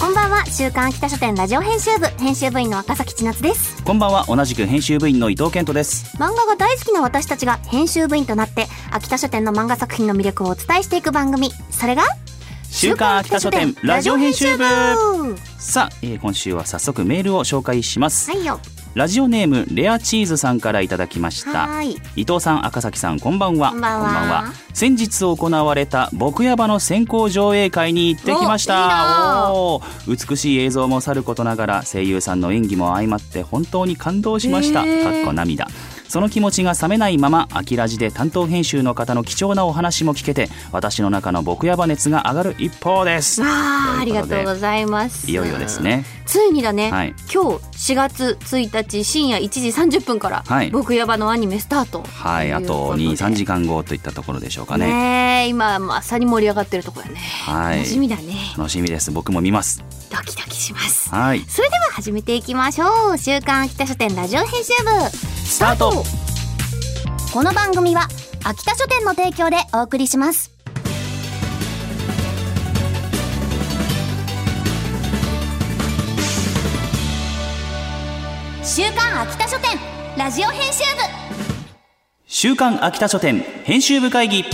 こんばんは、週刊秋田書店ラジオ編集部編集部員の赤崎千夏です。こんばんは同じく編集部員の伊藤健人です漫画が大好きな私たちが編集部員となって秋田書店の漫画作品の魅力をお伝えしていく番組それが週刊秋田書店ラジオ編集部さあ、えー今週は早速メールを紹介します、はいよラジオネームレアチーズさんからいただきましたはーい伊藤さん赤崎さんこんばんはこんばんは先日行われた僕ヤバの先行上映会に行ってきましたおいいなあおー美しい映像もさることながら声優さんの演技も相まって本当に感動しました、へえかっこ涙その気持ちが冷めないまま「アキラジ」で担当編集の方の貴重なお話も聞けて私の中の僕ヤバ熱が上がる一方ですあーあとりいがことでとうございますいよいよですねついにだね、はい今日4月1日深夜1時30分から、はい僕ヤバのアニメスタートはいあと23時間後といったところでしょうかねねえ今まさに盛り上がってるところやね、はい楽しみだね楽しみです僕も見ますドキドキしますはいそれでは始めていきましょう週刊秋田書店ラジオ編集部スタートこの番組は秋田書店の提供でお送りします週刊秋田書店ラジオ編集週刊秋田書店編集部会議部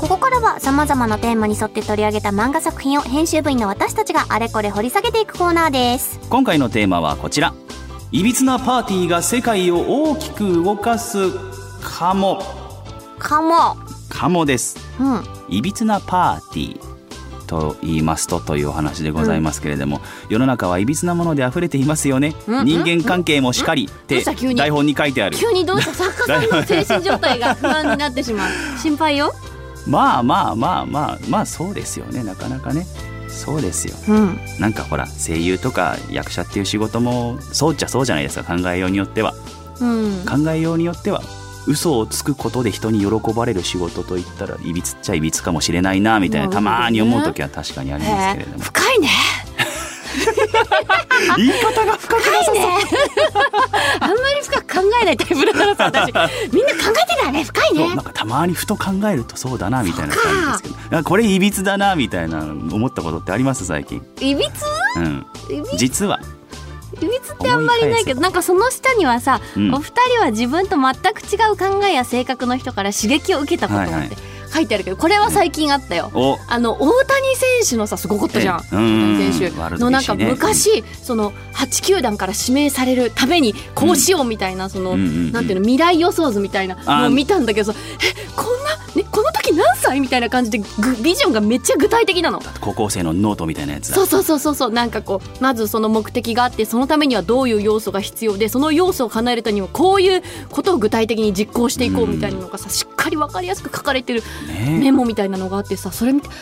ここからは様々なテーマに沿って取り上げた漫画作品を編集部員の私たちがあれこれ掘り下げていくコーナーです今回のテーマはこちらいびつなパーティーが世界を大きく動かすかもかもかもですうんいびつなパーティーと言いますとというお話でございますけれども、世の中はいびつなもので溢れていますよね、うん人間関係もしかりってどうした急に台本に書いてある急にどうした作家さんの精神状態が不安になってしまう心配よまあまあまあまあまあそうですよねなかなかねそうですようんなんかほら声優とか役者っていう仕事もそうっちゃそうじゃないですか考えようによってはうん考えようによっては嘘をつくことで人に喜ばれる仕事といったらいびつっちゃいびつかもしれないなみたいななるたほどねまーに思う時は確かにありますけれども深いね言い方が深くな さそうあんまり深く考えないタイプだからさ 私みんな考えてたね深いそうねなんかたまにふと考えるとそうだなみたいな感じですけどなんかこれいびつだなみたいな思ったことってあります最近、いびつうん、いび実はいびつってあんまりないけどなんかその下にはさ、うんお二人は自分と全く違う考えや性格の人から刺激を受けたことってはいはい書いてあるけどこれは最近あったよ、おあの大谷選手のさすごかったじゃん、ええうん大谷選ワー手ルドのなんか BC ね昔、その8球団から指名されるためにこうしようみたいな、その、うんうんうんなんていうの未来予想図みたいなのを見たんだけどさえこんな、ね、この時何歳みたいな感じでぐビジョンがめっちゃ具体的なの。高校生のノートみたいなやつだそうそうそうそうそうなんかこうまずその目的があってそのためにはどういう要素が必要でその要素を叶えるためにはこういうことを具体的に実行していこうみたいなのがさしっかり分かりやすく書かれてるメねモみたいなのがあってさそれ見てや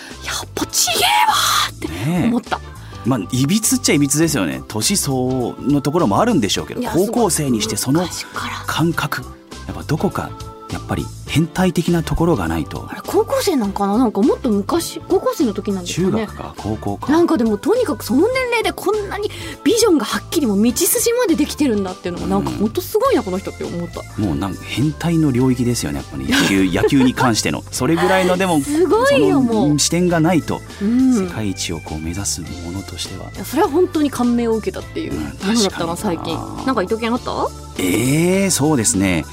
っぱちげえわえね思ったえまあいびつっちゃいびつですよね年相応のところもあるんでしょうけどいや高校生にしてそのすごい昔から感覚やっぱどこかやっぱり変態的なところがないとあれ高校生なんかななんかもっと昔高校生の時なんです中かね学か高校かなんかでもとにかくその年齢でこんなにビジョンがはっきりもう道筋までできてるんだっていうのがなんかうん本当すごいなこの人って思ったもうなんか変態の領域ですよねやっぱり野 球野球に関してのそれぐらいのでもすごいよそのもう視点がないと、うん世界一をこう目指すものとしてはいやそれは本当に感銘を受けたっていううんものだったな確かに最な近なんか伊藤健あったええそうですね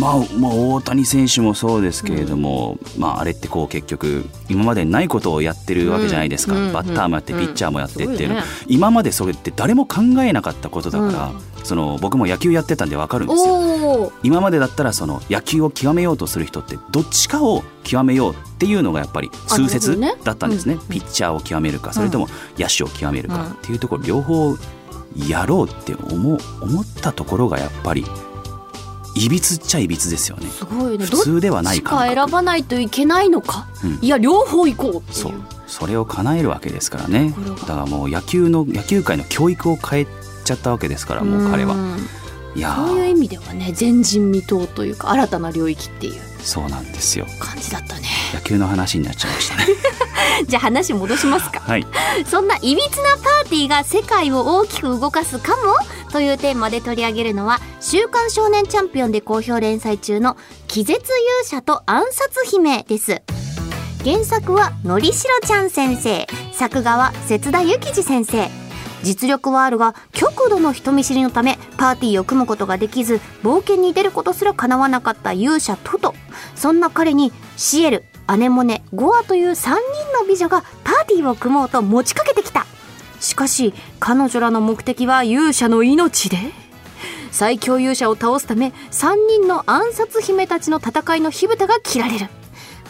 まあ、まあ、大谷選手もそうですけれども、まあ、あれってこう結局今までにないことをやってるわけじゃないですか、うんうんバッターもやって、うんピッチャーもやってっていうの、そうよね今までそれって誰も考えなかったことだから、その僕も野球やってたんでわかるんですよ。おお今までだったらその野球を極めようとする人ってどっちかを極めようっていうのがやっぱり通あ説なるほどねだったんですねうんピッチャーを極めるかそれとも野手を極めるうんかっていうところ両方やろうって思う思ったところがやっぱりいびつっちゃいびつですよねすごいね普どっ通ではないち感か覚選ばないといけないのかうんいや両方行こうっていそううそれを叶えるわけですからね心がだからもう野球の野球界の教育を変えちゃったわけですからもう彼はんいやそういうー意味ではね前人未到というか新たな領域っていうそうなんですよ感じだったね野球の話になっちゃいましたね じゃあ話戻しますかはいそんないびつなパーティーが世界を大きく動かすかもというテーマで取り上げるのは「週刊少年チャンピオン」で好評連載中の「気絶勇者と暗殺姫」です原作はのりしろちゃん先生作画は節田幸二先生実力はあるが極度の人見知りのためパーティーを組むことができず冒険に出ることすら叶わなかった勇者トトそんな彼にシエルアネモネゴアという3人の美女がパーティーを組もうと持ちかけてきたしかし彼女らの目的は勇者の命で最強勇者を倒すため3人の暗殺姫たちの戦いの火蓋が切られる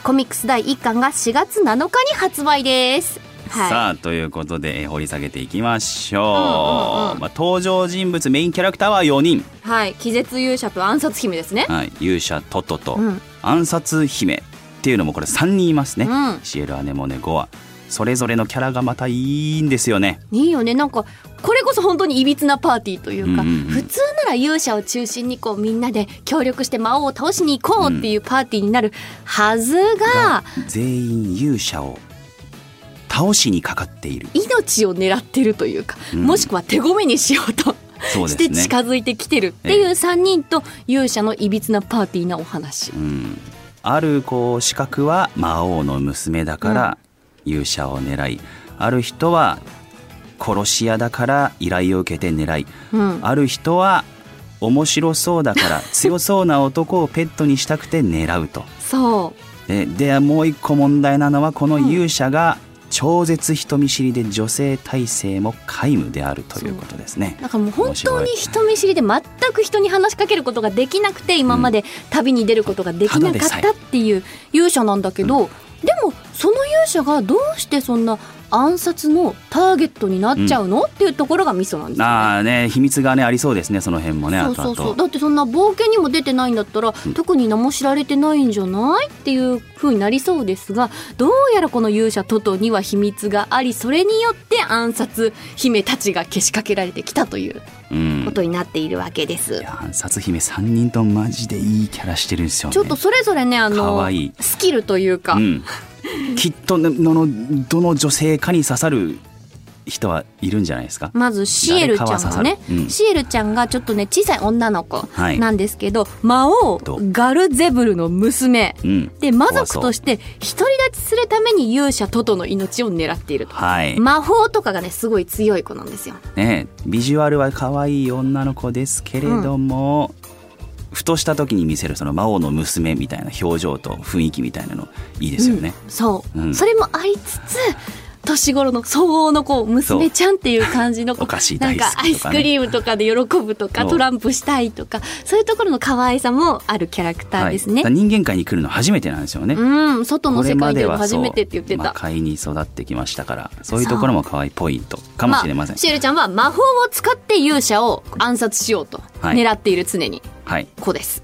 コミックス第1巻が4月7日に発売です、はい、さあということで、えー掘り下げていきましうんうんょう,、うんまあ、登場人物メインキャラクターは4人、はい、気絶勇者と暗殺姫ですね。はい、勇者トトと、うん暗殺姫っていうのもこれ3人いますね、うんシエルアネモネ5話それぞれのキャラがまたいいんですよねいいよね、なんか、これこそ本当にいびつなパーティーというか、うんうんうん普通なら勇者を中心にこうみんなで協力して魔王を倒しに行こうっていうパーティーになるはずが、全員勇者を倒しにかかっている命を狙ってるというか、うんもしくは手ごめにしようと。そうでしすてね近づいてきてるっていう3人と勇者のいびつなパーティーなお話うん、あるこう資格は魔王の娘だから勇者を狙い、ある人は殺し屋だから依頼を受けて狙いうんある人は面白そうだ から強そうな男をペットにしたくて狙うと。そででもう一個問題なのはこの勇者が超絶人見知りで女性体制も皆無であるということですねう。だからもう本当に人見知りで全く人に話しかけることができなくて今まで旅に出ることができなかったっていう勇者なんだけど、でもその勇者がどうしてそんな暗殺のターゲットになっちゃうの、っていうところがミソなんですよね。ああね秘密がねありそうですねその辺もねそう後々そうそうだってそんな冒険にも出てないんだったら、うん特に何も知られてないんじゃないっていう風になりそうですがどうやらこの勇者トトには秘密がありそれによって暗殺姫たちがけしかけられてきたといううんことになっているわけです。いや暗殺姫3人ともマジでいいキャラしてるんですよねちょっとそれぞれねあ可の愛いスキルというか、うん、きっとねののどの女性かに刺さる人はいるんじゃないですか、まずシエルちゃんがね誰かは刺、さるうんシエルちゃんがちょっとね小さい女の子はいなんですけど、魔王どうガルゼブルの娘うん、で魔族として独り立ちするために勇者トトの命を狙っていると。はい、魔法とかがねすごい強い子なんですよ。ね、ビジュアルは可愛い女の子ですけれども、ふとした時に見せるその魔王の娘みたいな表情と雰囲気みたいなのいいですよね、そう、うんそれもありつつ年頃の相応の子娘ちゃんっていう感じの子 お菓子なん大好かきとか、アね、イスクリームとかで喜ぶとかそうトランプしたいとかそういうところの可愛さもあるキャラクターですね。はい、だから人間界に来るの初めてなんですよね、うん外の世界では初めてって言って魔た。界に育ってきましたからそういうところも可愛いポイントかもしれません、あ、シエルちゃんは魔法を使って勇者を暗殺しようとはい狙っている常にはい子です。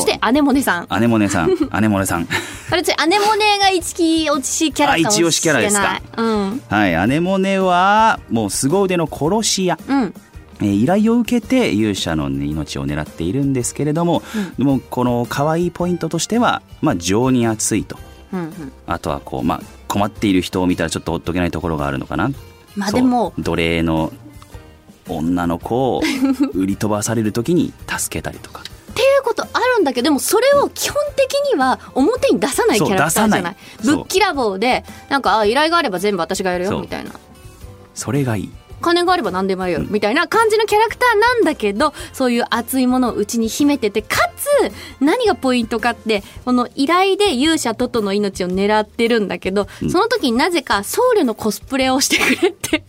そうしてアネモネさん。アネモネさ んアネモネさんあれついアネモネが一期落ちキャラかもしあ一押しキャラれですないか。うん。はいアネモネはもう凄腕の殺し屋、うん、えー依頼を受けて勇者の命を狙っているんですけれども、でもこの可愛いポイントとしてはまあ情に熱いとうん、うん。あとはこうまあ困っている人を見たらちょっとほっとけないところがあるのかなまあそうでも、奴隷の女の子を売り飛ばされる時に助けたりとかっていうことあるんだけどでもそれを基本的には表に出さないキそャうラクターじゃない出さないぶっきらぼうでなんかあ依頼があれば全部私がやるそようみたいなそれがいい金があれば何でもやるよみたいな感じのキャラクターなんだけどそういう熱いものをうちに秘めててかつ何がポイントかってこの依頼で勇者トトの命を狙ってるんだけど、んその時になぜか僧侶のコスプレをしてくれって。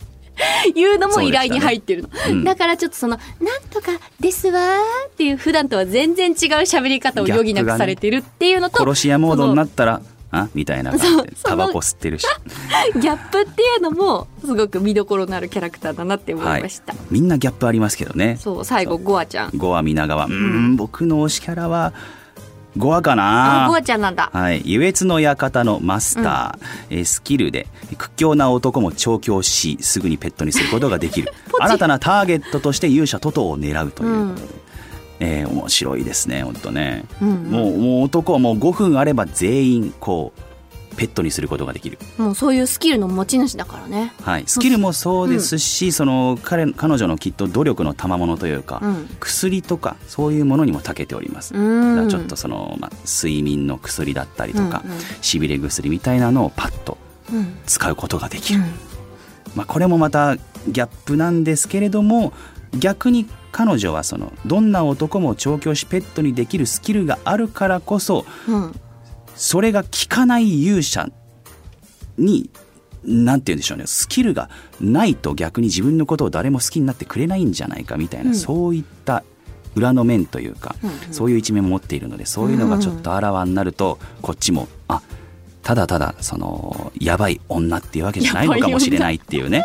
いうのも依頼に入ってるの、うんだからちょっとその「なんとかですわ」っていう普段とは全然違う喋り方を余儀なくされてるっていうのと、殺し屋モードになったらあみたいなそ感うじでそのタバコ吸ってるしギャップっていうのもすごく見どころのあるキャラクターだなって思いました、みんなギャップありますけどねそう最後ゴアちゃんゴア皆川うーん僕の推しキャラは5話かあなゴアちゃんなんだはい、優越の館のマスター、えースキルで屈強な男も調教しすぐにペットにすることができる新たなターゲットとして勇者トトを狙うということで、えー面白いですね本当ね、もうもう男はもう5分あれば全員こうペットにすることができる、もうそういうスキルの持ち主だからねはい、スキルもそうですし、その彼彼女のきっと努力の賜物というか、うん薬とかそういうものにも長けております、だかうらんちょっとその、まあ、睡眠の薬だったりとかうんうんしび、れ薬みたいなのをパッとうん使うことができる、まあ、これもまたギャップなんですけれども逆に彼女はそのどんな男も調教しペットにできるスキルがあるからこそうんそれが効かない勇者になんて言うんでしょうねスキルがないと逆に自分のことを誰も好きになってくれないんじゃないかみたいな、うんそういった裏の面というか、うんうんそういう一面も持っているのでそういうのがちょっとあらわになると、こっちもあただただそのやばい女っていうわけじゃないのかもしれないっていうね。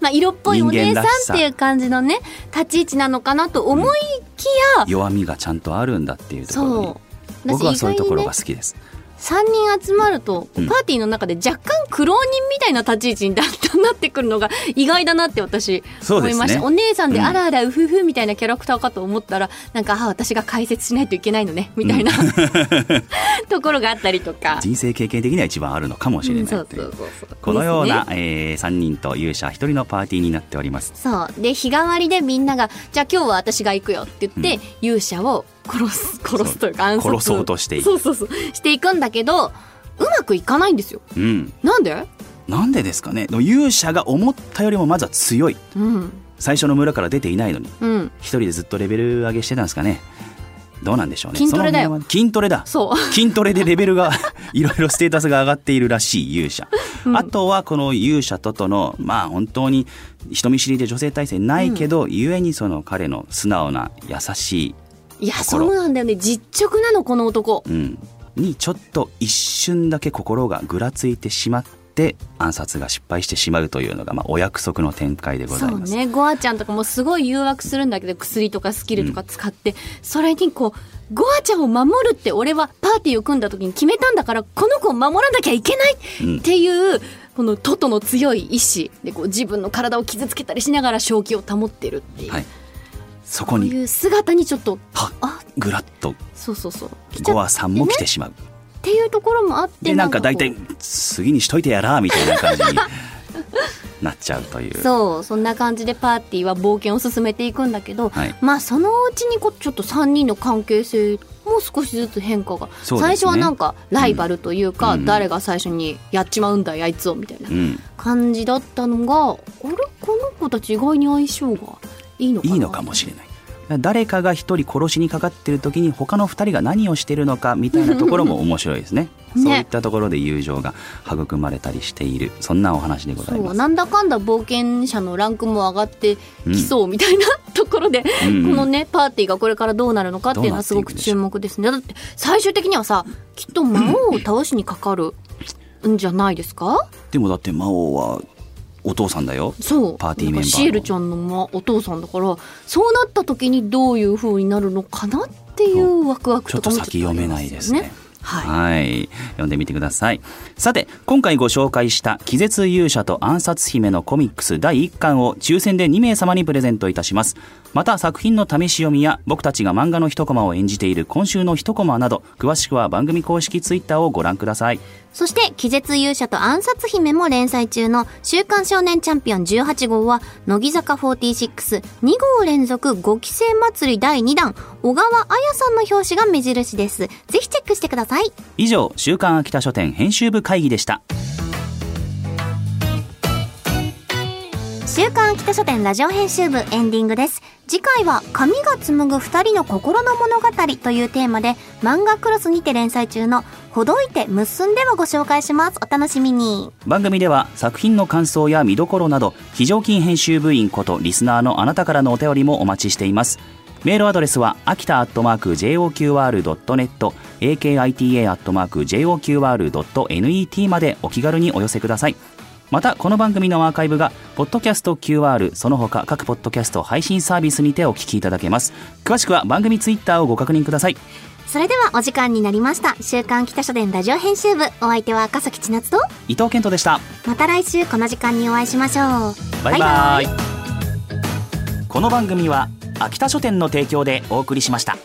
まあ色っぽいお姉さん人間らしさっていう感じのね立ち位置なのかなと思いきや、弱みがちゃんとあるんだっていうところにそう僕はそういうところねが好きです、 3人集まるとパうんーティーの中で若干苦労人みたいな立ち位置にだん だんなってくるのが意外だなって私そう思でいすねました、お姉さんでうんあらあらうふふみたいなキャラクターかと思ったら、なんかあ私が解説しないといけないのねみたいな、 ところがあったりと か。人生経験的には一番あるのかもしれないっていう,、うんそうそうそうそうこのようなで、え3人と勇者1人のパーティーになっておりますすねそうで日替わりでみんながじゃあ今日は私が行くよって言って、勇者を殺す殺すというか暗殺殺そうとしていくそうそうそうしていくんだけどうまくいかないんですようんなんでなんでですかねでも勇者が思ったよりもまずは強いうん最初の村から出ていないのにうん一人でずっとレベル上げしてたんですかねどうなんでしょうね筋トレだよその辺は筋トレだそう筋トレでレベルが いろいろステータスが上がっているらしい勇者、あとはこの勇者ととのまあ本当に人見知りで女性体制ないけど、ゆえにその彼の素直な優しい、いやとこそろうなんだよね実直なのこの男うん、にちょっと一瞬だけ心がぐらついてしまって暗殺が失敗してしまうというのが、まあ、お約束の展開でございそうます。ねゴアちゃんとかもすごい誘惑するんだけど薬とかスキルとか使って、それにこうゴアちゃんを守るって俺はパーティーを組んだ時に決めたんだからこの子を守らなきゃいけないうんっていう、このトトの強い意志でこう自分の体を傷つけたりしながら正気を保ってるっていう、はいそここうにいう姿にちょっとはあぐらっとそうそうそう来ちゃゴっアさんも来てしまう。ていうところもあってでなんかこう大体次にしといてやらみたいな感じになっちゃうという。そうそんな感じでパーティーは冒険を進めていくんだけど、はいまあそのうちにこうちょっと3人の関係性も少しずつ変化が、そうです最ね初はなんかライバルというか、うん誰が最初にやっちまうんだよあいつをみたいなうん、感じだったのがあれこの子たち意外に相性がいいのかないいのかもしれない。誰かが一人殺しにかかってる時に他の二人が何をしてるのかみたいなところも面白いですね ねそういったところで友情が育まれたりしているそんなお話でございそまうす。なんだかんだ冒険者のランクも上がってきそうみたいな、 ところで、うんうんこのねパーティーがこれからどうなるのかっていうのはすごくどうなって注いくんでしょう目ですねだって最終的にはさきっと魔王を倒しにかかるんじゃないですかでもだって魔王はお父さんだよそうパーティーメンなバーのんかシエルちゃんのまお父さんだからそうなった時にどういう風になるのかなっていうワクワクちょとかっとも先読めないですね。はいはい、読んでみてください。さて、今回ご紹介した気絶勇者と暗殺姫のコミックス第1巻を抽選で2名様にプレゼントいたします。また作品の試し読みや僕たちが漫画の一コマを演じている今週の一コマなど、詳しくは番組公式ツイッターをご覧ください。そして、気絶勇者と暗殺姫も連載中の週刊少年チャンピオン18号は、乃木坂46、2号連続5期生祭り第2弾、小川彩さんの表紙が目印です。ぜひチェックしてください。以上、週刊秋田書店編集部会議でした。週刊秋田書店ラジオ編集部エンディングです。次回は「髪が紡ぐ二人の心の物語」というテーマで漫画クロスにて連載中の「ほどいて結んで」をご紹介します。お楽しみに。番組では作品の感想や見どころなど非常勤編集部員ことリスナーのあなたからのお便りもお待ちしていますメールアドレスは秋田アットマーク JOQR.net akita アットマーク JOQR.net までお気軽にお寄せくださいまたこの番組のアーカイブがポッドキャスト QR その他各ポッドキャスト配信サービスにてお聞きいただけます詳しくは番組ツイッターをご確認くださいそれではお時間になりました。週刊北書店ラジオ編集部。お相手は赤崎千夏と、伊藤健人でしたまた来週この時間にお会いしましょう。バイバイこの番組は秋田書店の提供でお送りしました。